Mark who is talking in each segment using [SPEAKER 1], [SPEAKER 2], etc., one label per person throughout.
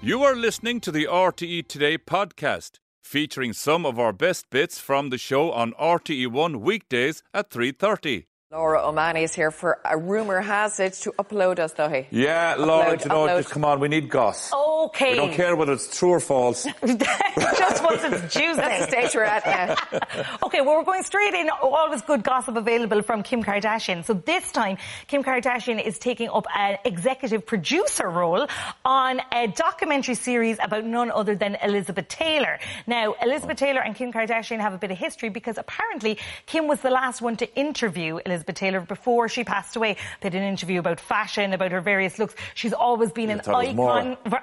[SPEAKER 1] You are listening to the RTE Today podcast, featuring some of our best bits from the show on RTE1 weekdays at 3:30.
[SPEAKER 2] Laura O'Mani is here for a rumour has it to upload us, though. Hey,
[SPEAKER 3] Yeah, Laura,
[SPEAKER 2] Upload,
[SPEAKER 3] do you know,
[SPEAKER 2] upload.
[SPEAKER 3] just come on, we need goss.
[SPEAKER 4] Oh, Okay.
[SPEAKER 3] We don't care whether it's true or false.
[SPEAKER 4] Just once it's Tuesday.
[SPEAKER 2] stage we're at now.
[SPEAKER 4] Okay, well, we're going straight in. Always good gossip available from Kim Kardashian. So this time, Kim Kardashian is taking up an executive producer role on a documentary series about none other than Elizabeth Taylor. Now, Elizabeth Taylor and Kim Kardashian have a bit of history because apparently Kim was the last one to interview Elizabeth Taylor before she passed away. They did an interview about fashion, about her various looks. She's always been an
[SPEAKER 3] thought it was
[SPEAKER 4] icon.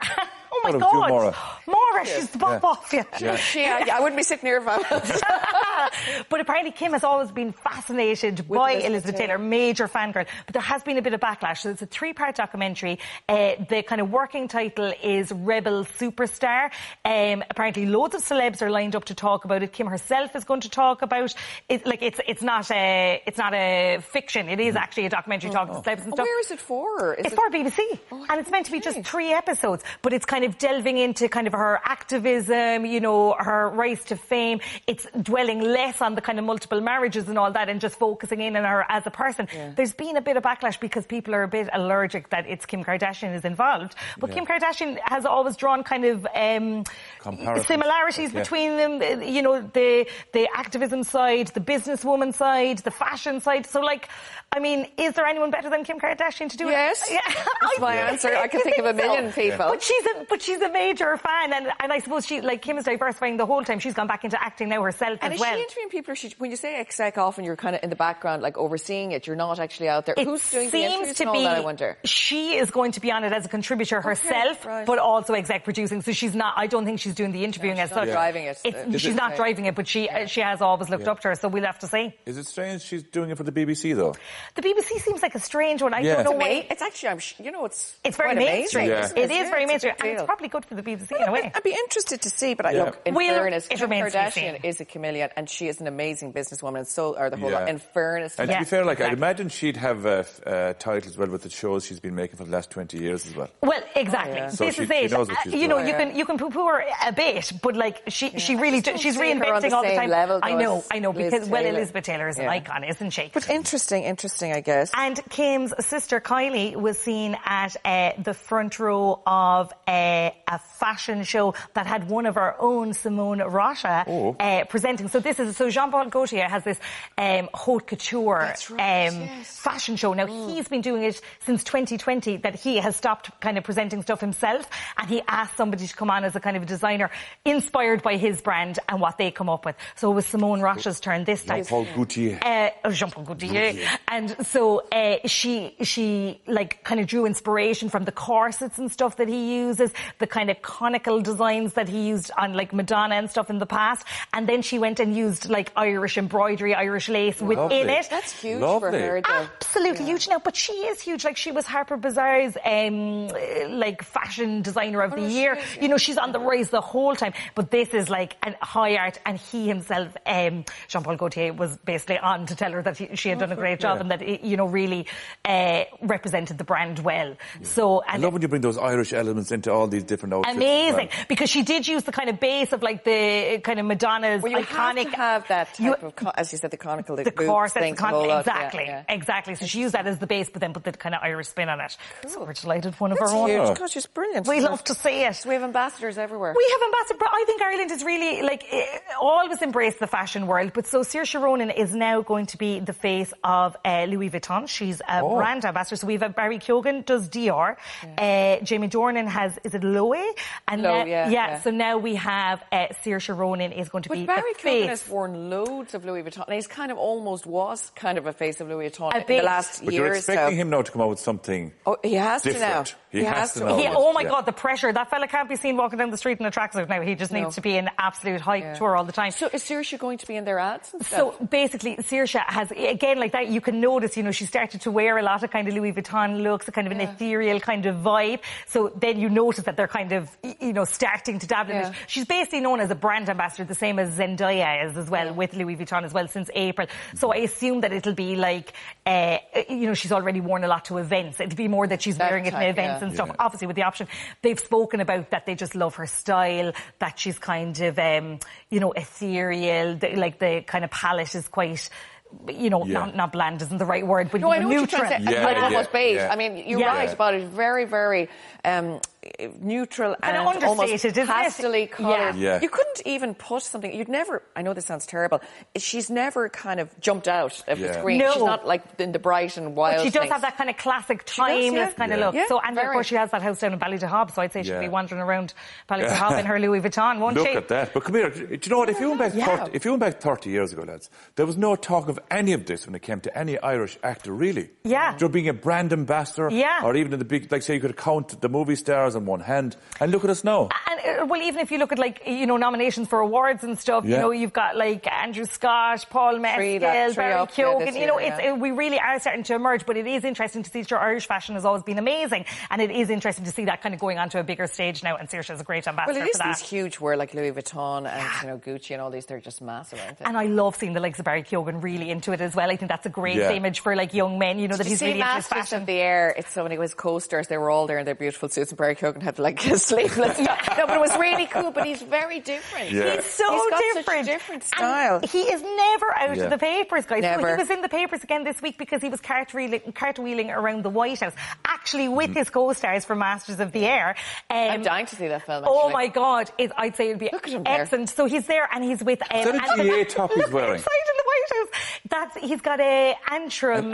[SPEAKER 4] oh my
[SPEAKER 3] Thought it was you,
[SPEAKER 4] God.
[SPEAKER 3] Maura.
[SPEAKER 4] Maura, she's the pop off you.
[SPEAKER 2] She, uh, I, I wouldn't be sitting here if I was.
[SPEAKER 4] but apparently Kim has always been fascinated by
[SPEAKER 2] Elizabeth
[SPEAKER 4] Elizabeth, Taylor, major fangirl. But there has been a bit of backlash. So it's a three-part documentary. Uh, the kind of working title is Rebel Superstar. Um, apparently, loads of celebs are lined up to talk about it. Kim herself is going to talk about it. Like it's it's not a it's not a fiction. It is actually a documentary talking to celebs and stuff.
[SPEAKER 2] Where is it for? Is
[SPEAKER 4] It's
[SPEAKER 2] it-
[SPEAKER 4] for BBC,
[SPEAKER 2] Oh,
[SPEAKER 4] and it's meant to be just
[SPEAKER 2] okay.
[SPEAKER 4] three episodes. But it's kind of delving into kind of her activism, you know, her rise to fame. It's dwelling less on the kind of multiple marriages and all that, and just focusing in on her as a person. There's been a bit of backlash because people are a bit allergic that it's Kim Kardashian is involved. But Kim Kardashian has always drawn kind of um,
[SPEAKER 3] Comparisons.
[SPEAKER 4] similarities
[SPEAKER 3] Yeah.
[SPEAKER 4] between them. uh, You know, the the activism side, the businesswoman side, the fashion side. So, like, I mean, is there anyone better than Kim Kardashian to do
[SPEAKER 2] Yes.
[SPEAKER 4] Oh, yeah.
[SPEAKER 2] That's my answer. I can
[SPEAKER 4] You
[SPEAKER 2] think of a million
[SPEAKER 4] so?
[SPEAKER 2] people.
[SPEAKER 4] But she's a but she's a major fan, and, and I suppose she like Kim is diversifying the whole time. She's gone back into acting now herself
[SPEAKER 2] And
[SPEAKER 4] as
[SPEAKER 2] is
[SPEAKER 4] well.
[SPEAKER 2] she interviewing people? Or she, when you say exec, often you're kind of in the background, like overseeing it. You're not actually out there.
[SPEAKER 4] it
[SPEAKER 2] Who's doing the
[SPEAKER 4] seems
[SPEAKER 2] interviews
[SPEAKER 4] to
[SPEAKER 2] and all
[SPEAKER 4] be
[SPEAKER 2] that? I wonder.
[SPEAKER 4] she is going to be on it as a contributor herself,
[SPEAKER 2] right.
[SPEAKER 4] but also exec producing. So she's not. I don't think she's doing the interviewing
[SPEAKER 2] she's
[SPEAKER 4] as
[SPEAKER 2] not
[SPEAKER 4] such.
[SPEAKER 2] driving it.
[SPEAKER 4] It's-
[SPEAKER 2] Is
[SPEAKER 4] she's
[SPEAKER 3] it-
[SPEAKER 4] not driving it, but she uh, she has always looked up to her. So we'll have to see.
[SPEAKER 3] Is it strange she's doing it for the BBC, though?
[SPEAKER 4] The BBC seems like a strange one. I
[SPEAKER 3] Yeah.
[SPEAKER 4] don't know
[SPEAKER 3] It's
[SPEAKER 4] why.
[SPEAKER 2] Mate, it's actually, I'm, sh- you know, it's
[SPEAKER 4] It's very
[SPEAKER 2] quite
[SPEAKER 4] mainstream.
[SPEAKER 2] Amazing,
[SPEAKER 3] Yeah.
[SPEAKER 2] isn't
[SPEAKER 4] It is
[SPEAKER 2] Yeah,
[SPEAKER 4] very
[SPEAKER 2] it's a
[SPEAKER 4] mainstream,
[SPEAKER 2] big
[SPEAKER 4] and it's
[SPEAKER 2] deal.
[SPEAKER 4] probably good for the BBC in a way.
[SPEAKER 2] I'd be interested to see, but I
[SPEAKER 3] Yeah.
[SPEAKER 2] look, in
[SPEAKER 4] We'll-
[SPEAKER 2] fairness,
[SPEAKER 4] it
[SPEAKER 2] Kim
[SPEAKER 4] remains to be
[SPEAKER 2] Kardashian is a chameleon and she is an amazing businesswoman and so are the whole lot. In fairness, to
[SPEAKER 3] And
[SPEAKER 2] her.
[SPEAKER 3] to
[SPEAKER 4] Yeah,
[SPEAKER 3] be fair, like, I'd
[SPEAKER 4] exactly.
[SPEAKER 3] imagine she'd have uh, f- uh, titles well with the shows she's been making for the last 20 years as well.
[SPEAKER 4] Well, exactly.
[SPEAKER 2] Oh, yeah.
[SPEAKER 4] This
[SPEAKER 3] So she-
[SPEAKER 4] is
[SPEAKER 3] she
[SPEAKER 4] it.
[SPEAKER 3] knows what
[SPEAKER 4] Uh,
[SPEAKER 3] she's
[SPEAKER 4] you know,
[SPEAKER 3] doing.
[SPEAKER 4] you
[SPEAKER 2] Yeah.
[SPEAKER 4] can you can poo-poo her a bit, but like she she
[SPEAKER 2] I
[SPEAKER 4] really
[SPEAKER 2] just
[SPEAKER 4] do,
[SPEAKER 2] don't
[SPEAKER 4] she's
[SPEAKER 2] see her on
[SPEAKER 4] reinventing
[SPEAKER 2] the
[SPEAKER 4] all the
[SPEAKER 2] same
[SPEAKER 4] time.
[SPEAKER 2] level, though,
[SPEAKER 4] I know,
[SPEAKER 2] as
[SPEAKER 4] I know,
[SPEAKER 2] Liz
[SPEAKER 4] because well,
[SPEAKER 2] Taylor.
[SPEAKER 4] Elizabeth Taylor is an
[SPEAKER 2] Yeah.
[SPEAKER 4] icon, isn't she?
[SPEAKER 2] But interesting, interesting, I guess.
[SPEAKER 4] And Kim's sister Kylie was seen at uh, the front row of uh, a fashion show that had one of our own Simone Rocha
[SPEAKER 2] Oh.
[SPEAKER 4] uh, presenting. So this is so Jean Paul Gaultier has this um, haute couture
[SPEAKER 2] That's right,
[SPEAKER 4] um,
[SPEAKER 2] yes. Mm.
[SPEAKER 4] fashion show. Now he's been doing it since 2020 that he has stopped kind of presenting stuff himself and he asked somebody to come on as a kind of a designer inspired by his brand and what they come up with. So it was Simone Rocha's turn this time
[SPEAKER 3] Paul Gaultier.
[SPEAKER 4] uh, Jean Paul Gaultier. And so uh, she she like kind of drew inspiration from the corsets and stuff that he uses, the kind of conical designs that he used on like Madonna and stuff in the past. And then she went and used like Irish embroidery, Irish lace within
[SPEAKER 3] Lovely.
[SPEAKER 4] it.
[SPEAKER 2] That's huge for
[SPEAKER 3] Lovely.
[SPEAKER 2] her.
[SPEAKER 4] Ah,
[SPEAKER 2] Though.
[SPEAKER 4] Absolutely huge now, but she is huge. Like she was Harper Bazaar's um, uh, like fashion designer of the
[SPEAKER 2] Oh, she
[SPEAKER 4] year.
[SPEAKER 2] is, yeah.
[SPEAKER 4] You know, she's on the rise the whole time. But this is like an high art, and he himself, um, Jean Paul Gaultier, was basically on to tell her that he,
[SPEAKER 2] Oh,
[SPEAKER 4] she had done a great job and that it, you know really uh, represented the brand well. So
[SPEAKER 3] I
[SPEAKER 4] and
[SPEAKER 3] love when you bring those Irish elements into all these different outfits. as well.
[SPEAKER 4] Amazing, because she did use the kind of base of like the uh, kind of Madonna's
[SPEAKER 2] Well, you have
[SPEAKER 4] iconic.
[SPEAKER 2] to have that
[SPEAKER 4] You-
[SPEAKER 2] type of, co- as you said, the conical, the,
[SPEAKER 4] the
[SPEAKER 2] boots,
[SPEAKER 4] corset,
[SPEAKER 2] things,
[SPEAKER 4] the con-
[SPEAKER 2] whole lot, yeah,
[SPEAKER 4] exactly,
[SPEAKER 2] yeah.
[SPEAKER 4] exactly. So she used that as the base, but then put the kind of Irish spin on it. So we're delighted one of
[SPEAKER 2] That's
[SPEAKER 4] our own.
[SPEAKER 2] huge. God, she's brilliant.
[SPEAKER 4] We love to see it.
[SPEAKER 2] We have ambassadors everywhere.
[SPEAKER 4] We have ambassador, but I think Ireland is really like eh, always embraced the fashion world. But so Saoirse Ronan is now going to be the face of uh, Louis Vuitton. She's a
[SPEAKER 3] Oh.
[SPEAKER 4] brand ambassador. So we have uh, Barry Keoghan does Dior, uh, Jamie Dornan has is it Loewe, and
[SPEAKER 2] Loewe,
[SPEAKER 4] now-
[SPEAKER 2] yeah, yeah.
[SPEAKER 4] So now we have uh, Saoirse Ronan is going to be
[SPEAKER 2] but Barry
[SPEAKER 4] the
[SPEAKER 2] Keoghan
[SPEAKER 4] face.
[SPEAKER 2] has worn loads of Louis Vuitton. And he's kind of almost was kind of a face of Louis Vuitton
[SPEAKER 4] A
[SPEAKER 2] in
[SPEAKER 4] bit.
[SPEAKER 2] the last
[SPEAKER 3] But
[SPEAKER 2] year
[SPEAKER 3] you're
[SPEAKER 2] or
[SPEAKER 3] expecting
[SPEAKER 2] so.
[SPEAKER 3] him now to come out with something.
[SPEAKER 2] oh, he has to now.
[SPEAKER 3] different. He has to now.
[SPEAKER 4] He,
[SPEAKER 3] Oh,
[SPEAKER 4] oh my
[SPEAKER 3] yeah.
[SPEAKER 4] God, the pressure! That fella can't be seen walking down the street in a tracksuit now. He just needs
[SPEAKER 2] No.
[SPEAKER 4] to be in absolute hype
[SPEAKER 2] Yeah.
[SPEAKER 4] tour all the time.
[SPEAKER 2] So is Saoirse going to be in their ads and stuff?
[SPEAKER 4] So basically, Saoirse has again like that. You can noticed, you know, she started to wear a lot of kind of Louis Vuitton looks, a kind of an ethereal kind of vibe. So then you notice that they're kind of, y- you know, starting to dabble in
[SPEAKER 2] Yeah.
[SPEAKER 4] it. She's basically known as a brand ambassador, the same as Zendaya is as well with Louis Vuitton as well since April. So I assume that it'll be like, uh, you know, she's already worn a lot to events. It'll be more that she's
[SPEAKER 2] That
[SPEAKER 4] wearing it in
[SPEAKER 2] type,
[SPEAKER 4] events
[SPEAKER 2] yeah.
[SPEAKER 4] and stuff.
[SPEAKER 3] Yeah.
[SPEAKER 4] Obviously, with the option, they've spoken about that they just love her style, that she's kind of, um, you know, ethereal, the, like the kind of palette is quite. You know,
[SPEAKER 3] Yeah.
[SPEAKER 4] not, not bland isn't the right word, but
[SPEAKER 2] No,
[SPEAKER 4] you
[SPEAKER 2] I know what
[SPEAKER 4] neutral.
[SPEAKER 2] you're trying to say.
[SPEAKER 3] Yeah,
[SPEAKER 2] like almost
[SPEAKER 3] yeah,
[SPEAKER 2] beige.
[SPEAKER 3] yeah.
[SPEAKER 2] I mean, you're
[SPEAKER 4] Yeah.
[SPEAKER 2] right about it. Very, very um, neutral
[SPEAKER 4] Kinda
[SPEAKER 2] and almost
[SPEAKER 4] understated, isn't it?
[SPEAKER 2] pastely colours.
[SPEAKER 3] Yeah. Yeah.
[SPEAKER 2] You couldn't even put something. You'd never. I know this sounds terrible. She's never kind of jumped out of the
[SPEAKER 3] Yeah.
[SPEAKER 2] screen.
[SPEAKER 4] No.
[SPEAKER 2] She's not like in the bright and wild.
[SPEAKER 4] But she does
[SPEAKER 2] things.
[SPEAKER 4] have that kind of classic
[SPEAKER 2] does, yeah.
[SPEAKER 4] timeless kind of
[SPEAKER 3] Yeah.
[SPEAKER 4] look.
[SPEAKER 2] Yeah,
[SPEAKER 4] so and of
[SPEAKER 2] very.
[SPEAKER 4] course she has that house down in Ballydehob, so I'd say she'd
[SPEAKER 3] Yeah.
[SPEAKER 4] be wandering around Ballydehob in her Louis Vuitton, won't
[SPEAKER 3] Look
[SPEAKER 4] she?
[SPEAKER 3] at that. But come here. Do you know what? If you went back,
[SPEAKER 2] Yeah.
[SPEAKER 3] 30, if you went back 30 years ago, lads, there was no talk of any of this when it came to any Irish actor, really.
[SPEAKER 4] Yeah.
[SPEAKER 3] You're being a brand ambassador.
[SPEAKER 4] Yeah.
[SPEAKER 3] Or even in the big, like say, you could count the movie stars on one hand. And look at us now.
[SPEAKER 4] And uh, well, even if you look at like you know nominations for awards and stuff, you
[SPEAKER 3] Yeah.
[SPEAKER 4] know you've got like Andrew Scott, Paul Mescal,
[SPEAKER 2] Three
[SPEAKER 4] Barry
[SPEAKER 2] left, three up, yeah,
[SPEAKER 4] Keoghan.
[SPEAKER 2] this
[SPEAKER 4] you know,
[SPEAKER 2] year,
[SPEAKER 4] it's,
[SPEAKER 2] yeah.
[SPEAKER 4] uh, we really are starting to emerge. But it is interesting to see. Sure, Irish fashion has always been amazing, and it is interesting to see that kind of going onto a bigger stage now. And Saoirse is a great
[SPEAKER 2] Well,
[SPEAKER 4] ambassador
[SPEAKER 2] it is
[SPEAKER 4] for that.
[SPEAKER 2] these huge where like Louis Vuitton and you know Gucci and all these. They're just massive, aren't they?
[SPEAKER 4] And I love seeing the likes of Barry Keoghan really into it as well. I think that's a great
[SPEAKER 3] Yeah.
[SPEAKER 4] image for like young men. You know that
[SPEAKER 2] Did you
[SPEAKER 4] he's
[SPEAKER 2] see
[SPEAKER 4] really into his
[SPEAKER 2] Masters
[SPEAKER 4] fashion.
[SPEAKER 2] of the Air. It's so many of his co-stars. They were all there in their beautiful suits, and Barry Keoghan had like his sleeveless. top. No, but it was really cool. But he's very different.
[SPEAKER 3] Yeah.
[SPEAKER 4] He's so
[SPEAKER 2] He's got such a
[SPEAKER 4] different.
[SPEAKER 2] different
[SPEAKER 4] And
[SPEAKER 2] style.
[SPEAKER 4] he is never out
[SPEAKER 3] Yeah.
[SPEAKER 4] of the papers, guys. So
[SPEAKER 2] Never.
[SPEAKER 4] he was in the papers again this week because he was cartwheeling, cartwheeling around the White House, actually with his co-stars from Masters of the Air. Um,
[SPEAKER 2] Mm-hmm. I'm dying to see that film.
[SPEAKER 4] Oh
[SPEAKER 2] actually.
[SPEAKER 4] my God! It, I'd say it'd be
[SPEAKER 2] Look at him there.
[SPEAKER 4] excellent. So he's there and he's with. Um,
[SPEAKER 3] that a
[SPEAKER 4] and-
[SPEAKER 3] GA top he's
[SPEAKER 4] Look
[SPEAKER 3] wearing?
[SPEAKER 4] Inside in the White House. That's he's got a Antrim,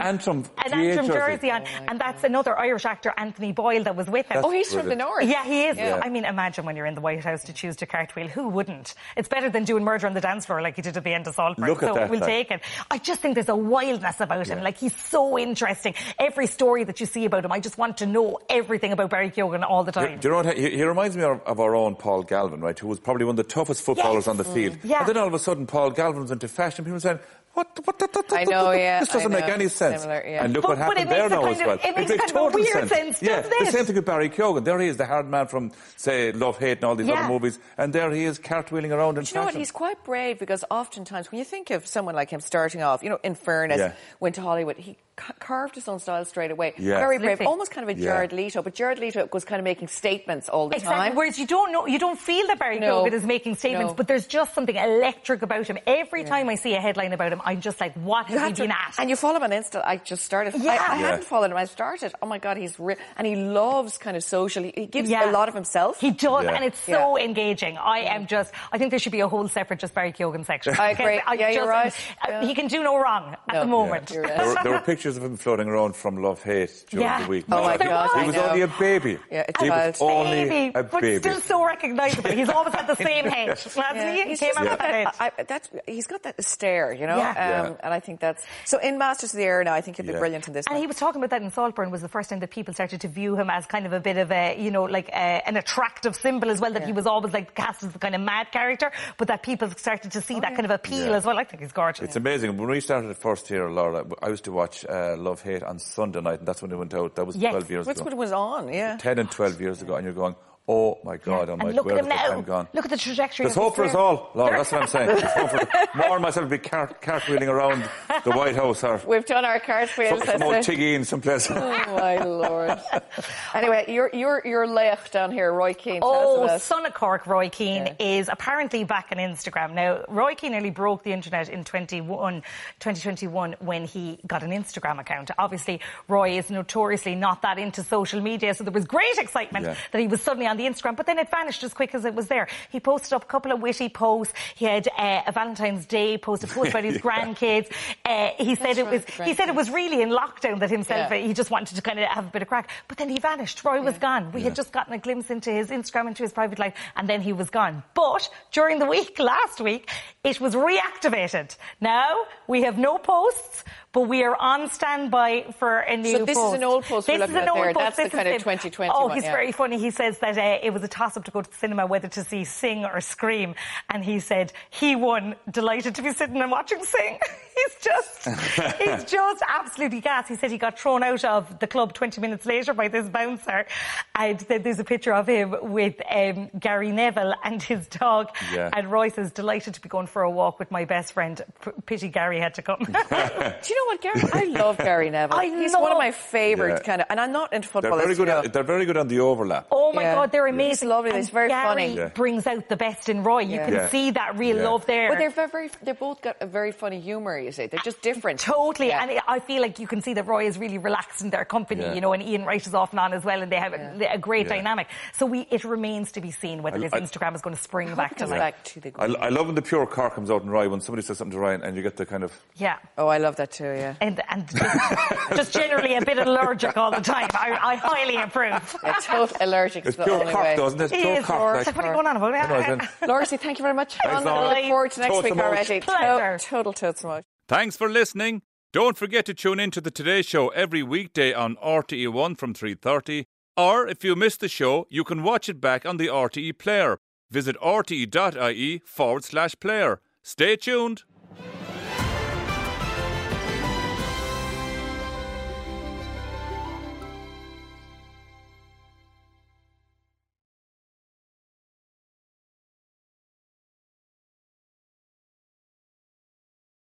[SPEAKER 3] An Antrim
[SPEAKER 4] an
[SPEAKER 3] GA
[SPEAKER 4] Antrim
[SPEAKER 3] jersey.
[SPEAKER 4] jersey on, and that's another Irish actor, Anthony Boyle, that was with him.
[SPEAKER 2] Oh, he's from the
[SPEAKER 3] Brilliant.
[SPEAKER 2] north.
[SPEAKER 4] Yeah, he is.
[SPEAKER 3] Yeah.
[SPEAKER 4] I mean, imagine when you're in the White House to choose to cartwheel. Who wouldn't? It's better than doing murder on the dance floor like he did at the end of Saltburn.
[SPEAKER 3] Look at
[SPEAKER 4] so
[SPEAKER 3] that,
[SPEAKER 4] we'll
[SPEAKER 3] like-
[SPEAKER 4] take it. I just think there's a wildness about him. Like he's so interesting. Every story that you see about him, I just want to know everything about Barry Keoghan all the
[SPEAKER 3] Do
[SPEAKER 4] time.
[SPEAKER 3] you know what? He, he reminds me of, of our own Paul Galvin, right? Who was probably one of the toughest footballers
[SPEAKER 4] Yes. Mm.
[SPEAKER 3] on the field.
[SPEAKER 4] Yeah.
[SPEAKER 3] And then all of a sudden, Paul Galvin was into fashion. People were saying, what, what, what, what,
[SPEAKER 2] I know, yeah,
[SPEAKER 3] This doesn't
[SPEAKER 2] I
[SPEAKER 3] make
[SPEAKER 2] know.
[SPEAKER 3] any sense.
[SPEAKER 2] Similar, yeah.
[SPEAKER 3] And look
[SPEAKER 4] But-
[SPEAKER 3] what
[SPEAKER 4] but
[SPEAKER 3] happened
[SPEAKER 4] it makes
[SPEAKER 3] there
[SPEAKER 4] a
[SPEAKER 3] now
[SPEAKER 4] kind
[SPEAKER 3] as
[SPEAKER 4] of-
[SPEAKER 3] well.
[SPEAKER 4] it makes
[SPEAKER 3] makes
[SPEAKER 4] kind of a
[SPEAKER 3] total
[SPEAKER 4] weird sense,
[SPEAKER 3] yeah,
[SPEAKER 4] doesn't
[SPEAKER 3] the
[SPEAKER 4] it?
[SPEAKER 3] same thing with Barry Keoghan. There he is, the hard man from, say, Love, Hate, and all these
[SPEAKER 4] Yeah.
[SPEAKER 3] other movies. And there he is, cartwheeling around in
[SPEAKER 2] Do you know what?
[SPEAKER 3] fashion.
[SPEAKER 2] He's quite brave because oftentimes when you think of someone like him starting off, you know, in fairness,
[SPEAKER 3] Yeah.
[SPEAKER 2] went to Hollywood, he ca- carved his own style straight away.
[SPEAKER 3] Yeah.
[SPEAKER 2] Very brave,
[SPEAKER 4] Absolutely.
[SPEAKER 2] almost kind of a
[SPEAKER 3] Yeah.
[SPEAKER 2] Jared Leto, but Jared Leto was kind of making statements all the
[SPEAKER 4] Exactly.
[SPEAKER 2] time.
[SPEAKER 4] Whereas you don't know, you don't feel that Barry
[SPEAKER 2] No.
[SPEAKER 4] Keoghan is making statements,
[SPEAKER 2] No.
[SPEAKER 4] but there's just something electric about him. Every time I see a headline about him, I'm just like, what
[SPEAKER 2] You
[SPEAKER 4] has he
[SPEAKER 2] have to-
[SPEAKER 4] been at?
[SPEAKER 2] And you follow him on Insta. I just started. I-
[SPEAKER 4] Yeah.
[SPEAKER 2] I,
[SPEAKER 4] Yeah.
[SPEAKER 2] hadn't followed him. I started. Oh my God, he's real. And he loves kind of social. He, he gives a
[SPEAKER 4] Yeah.
[SPEAKER 2] lot of himself.
[SPEAKER 4] He does,
[SPEAKER 3] Yeah.
[SPEAKER 4] and it's so engaging. I am just, I think there should be a whole separate just Barry Keoghan section.
[SPEAKER 2] I agree.
[SPEAKER 4] Because I
[SPEAKER 2] Yeah, you're
[SPEAKER 4] just-
[SPEAKER 2] right.
[SPEAKER 4] uh,
[SPEAKER 2] Yeah.
[SPEAKER 4] He can do no wrong at
[SPEAKER 2] No.
[SPEAKER 4] the moment.
[SPEAKER 2] You're right.
[SPEAKER 3] there, were, there were pictures of him floating around from Love, Hate during
[SPEAKER 4] Yeah.
[SPEAKER 3] the week.
[SPEAKER 4] Oh my
[SPEAKER 3] He was-
[SPEAKER 4] God,
[SPEAKER 3] He was
[SPEAKER 4] I know.
[SPEAKER 3] only a baby.
[SPEAKER 2] Yeah, it's
[SPEAKER 3] he
[SPEAKER 2] wild.
[SPEAKER 3] was only
[SPEAKER 4] Baby,
[SPEAKER 3] a
[SPEAKER 4] but
[SPEAKER 3] baby.
[SPEAKER 4] still so recognisable. He's always had the same head. Hasn't he? He
[SPEAKER 2] He's
[SPEAKER 4] came
[SPEAKER 2] just
[SPEAKER 4] out with
[SPEAKER 2] got
[SPEAKER 4] that head.
[SPEAKER 2] that, I, that's, he's got that stare, you know?
[SPEAKER 4] Yeah.
[SPEAKER 2] Um,
[SPEAKER 3] Yeah.
[SPEAKER 2] And I think that's. So in Masters of the Air now, I think he'd be
[SPEAKER 3] Yeah.
[SPEAKER 2] brilliant in this.
[SPEAKER 4] And
[SPEAKER 2] one.
[SPEAKER 4] he was talking about that in Saltburn was the first time that people started to view him as kind of a bit of a, you know, like a, an attractive symbol as well, that he was always like cast as the kind of mad character, but that people started to see that
[SPEAKER 2] Oh,
[SPEAKER 4] kind of appeal
[SPEAKER 3] Yeah.
[SPEAKER 4] as well. I think he's gorgeous.
[SPEAKER 3] It's amazing. When we started at first here, Laura, I used to watch uh, Love Hate on Sunday night, and that's when it went out. That was
[SPEAKER 4] Yes.
[SPEAKER 3] 12 years
[SPEAKER 2] That's
[SPEAKER 3] ago.
[SPEAKER 2] what it was on, yeah.
[SPEAKER 3] 10 and 12 years ago, and you're going, oh my God, oh my
[SPEAKER 4] and look
[SPEAKER 3] where
[SPEAKER 4] at him
[SPEAKER 3] has the
[SPEAKER 4] now.
[SPEAKER 3] time gone?
[SPEAKER 4] Look at the trajectory.
[SPEAKER 3] There's
[SPEAKER 4] of his
[SPEAKER 3] hope for us
[SPEAKER 4] career.
[SPEAKER 3] all, Laura. That's what I'm saying. There's hope for More and myself will be cart- cartwheeling around the White House or
[SPEAKER 2] We've done our cartwheels.
[SPEAKER 3] some, some old Tiggy in someplace.
[SPEAKER 2] Oh my lord! anyway, you're you're you're left down here, Roy Keane. tell us
[SPEAKER 4] Oh,
[SPEAKER 2] about-
[SPEAKER 4] son of Cork, Roy Keane is apparently back on Instagram. Now, Roy Keane nearly broke the internet in 21, 2021 when he got an Instagram account. Obviously, Roy is notoriously not that into social media, so there was great excitement
[SPEAKER 3] Yeah.
[SPEAKER 4] that he was suddenly on the Instagram, but then it vanished as quick as it was there. He posted up a couple of witty posts. He had uh, a Valentine's Day post, a post about his grandkids. Uh, he said it
[SPEAKER 2] right,
[SPEAKER 4] was
[SPEAKER 2] the
[SPEAKER 4] he said it was really in lockdown that himself
[SPEAKER 2] Yeah.
[SPEAKER 4] he just wanted to kind of have a bit of crack, but then he vanished. Roy was gone. We had just gotten a glimpse into his Instagram, into his private life, and then he was gone. But during the week, last week, it was reactivated. Now we have no posts, but we are on standby for a new.
[SPEAKER 2] this is
[SPEAKER 4] post.
[SPEAKER 2] an old post we're
[SPEAKER 4] This is
[SPEAKER 2] looking
[SPEAKER 4] an
[SPEAKER 2] at
[SPEAKER 4] old
[SPEAKER 2] there. That's
[SPEAKER 4] post.
[SPEAKER 2] the
[SPEAKER 4] This is
[SPEAKER 2] kind of
[SPEAKER 4] him.
[SPEAKER 2] 2020
[SPEAKER 4] Oh,
[SPEAKER 2] one,
[SPEAKER 4] he's
[SPEAKER 2] yeah.
[SPEAKER 4] very funny. He says that uh, it was a toss up to go to the cinema whether to see Sing or Scream, and he said he won, delighted to be sitting and watching Sing. he's just, he's just absolutely gas. He said he got thrown out of the club 20 minutes later by this bouncer. And then there's a picture of him with um, Gary Neville and his dog.
[SPEAKER 3] Yeah.
[SPEAKER 4] And Roy says, delighted to be going for a walk with my best friend. P- pity Gary had to come.
[SPEAKER 2] Do you know what, Gary? I love Gary Neville.
[SPEAKER 4] I
[SPEAKER 2] He's
[SPEAKER 4] love-
[SPEAKER 2] one of my
[SPEAKER 3] Yeah.
[SPEAKER 2] favourite kind of, and I'm not into
[SPEAKER 3] They're
[SPEAKER 2] football.
[SPEAKER 3] very
[SPEAKER 2] as
[SPEAKER 3] good.
[SPEAKER 2] you know.
[SPEAKER 3] On, they're very good on the overlap.
[SPEAKER 4] Oh my
[SPEAKER 2] Yeah.
[SPEAKER 4] God, they're
[SPEAKER 2] He's
[SPEAKER 4] amazing.
[SPEAKER 2] lovely,
[SPEAKER 4] And
[SPEAKER 2] he's very
[SPEAKER 4] Gary
[SPEAKER 2] funny. Yeah.
[SPEAKER 4] brings out the best in Roy. You
[SPEAKER 2] Yeah.
[SPEAKER 4] can
[SPEAKER 3] Yeah.
[SPEAKER 4] see that real
[SPEAKER 3] Yeah.
[SPEAKER 4] love there.
[SPEAKER 2] But they're very, very, they both got a very funny humour, you see. They're just different.
[SPEAKER 4] Totally,
[SPEAKER 2] Yeah.
[SPEAKER 4] and it- I feel like you can see that Roy is really relaxed in their company,
[SPEAKER 3] Yeah.
[SPEAKER 4] you know, and Ian Wright is off and on as well, and they have a, a great dynamic. So we, it remains to be seen whether
[SPEAKER 3] I-
[SPEAKER 4] this
[SPEAKER 3] I-
[SPEAKER 4] Instagram is going to spring
[SPEAKER 2] Hope
[SPEAKER 4] back
[SPEAKER 2] it
[SPEAKER 4] to
[SPEAKER 2] comes
[SPEAKER 4] life.
[SPEAKER 2] back to the
[SPEAKER 3] I, I love when the pure car comes out in Ryan when somebody says something to Ryan and you get the kind of
[SPEAKER 4] Yeah.
[SPEAKER 2] Oh, I love that too, yeah.
[SPEAKER 4] And, and just, just generally a bit allergic all the time. I, I highly approve.
[SPEAKER 2] yeah total allergic is
[SPEAKER 3] it's
[SPEAKER 2] the
[SPEAKER 3] pure
[SPEAKER 2] only way.
[SPEAKER 3] cock, doesn't it?
[SPEAKER 4] He
[SPEAKER 3] pure
[SPEAKER 4] is
[SPEAKER 3] cock.
[SPEAKER 4] It's like, what are you going on about?
[SPEAKER 3] I know, I don't-
[SPEAKER 2] Lorcy, thank you very much.
[SPEAKER 3] Thanks,
[SPEAKER 2] Fun. I
[SPEAKER 3] Laura.
[SPEAKER 2] look forward to next
[SPEAKER 3] Totes
[SPEAKER 2] week
[SPEAKER 3] the most.
[SPEAKER 2] already.
[SPEAKER 4] Pleasure.
[SPEAKER 2] To- Total totes the most.
[SPEAKER 1] Thanks for listening. Don't forget to tune in to the Today Show every weekday on RTE1 from 3:30. Or if you missed the show, you can watch it back E on the RTE player. Visit rte.ie forward slash player. Stay tuned.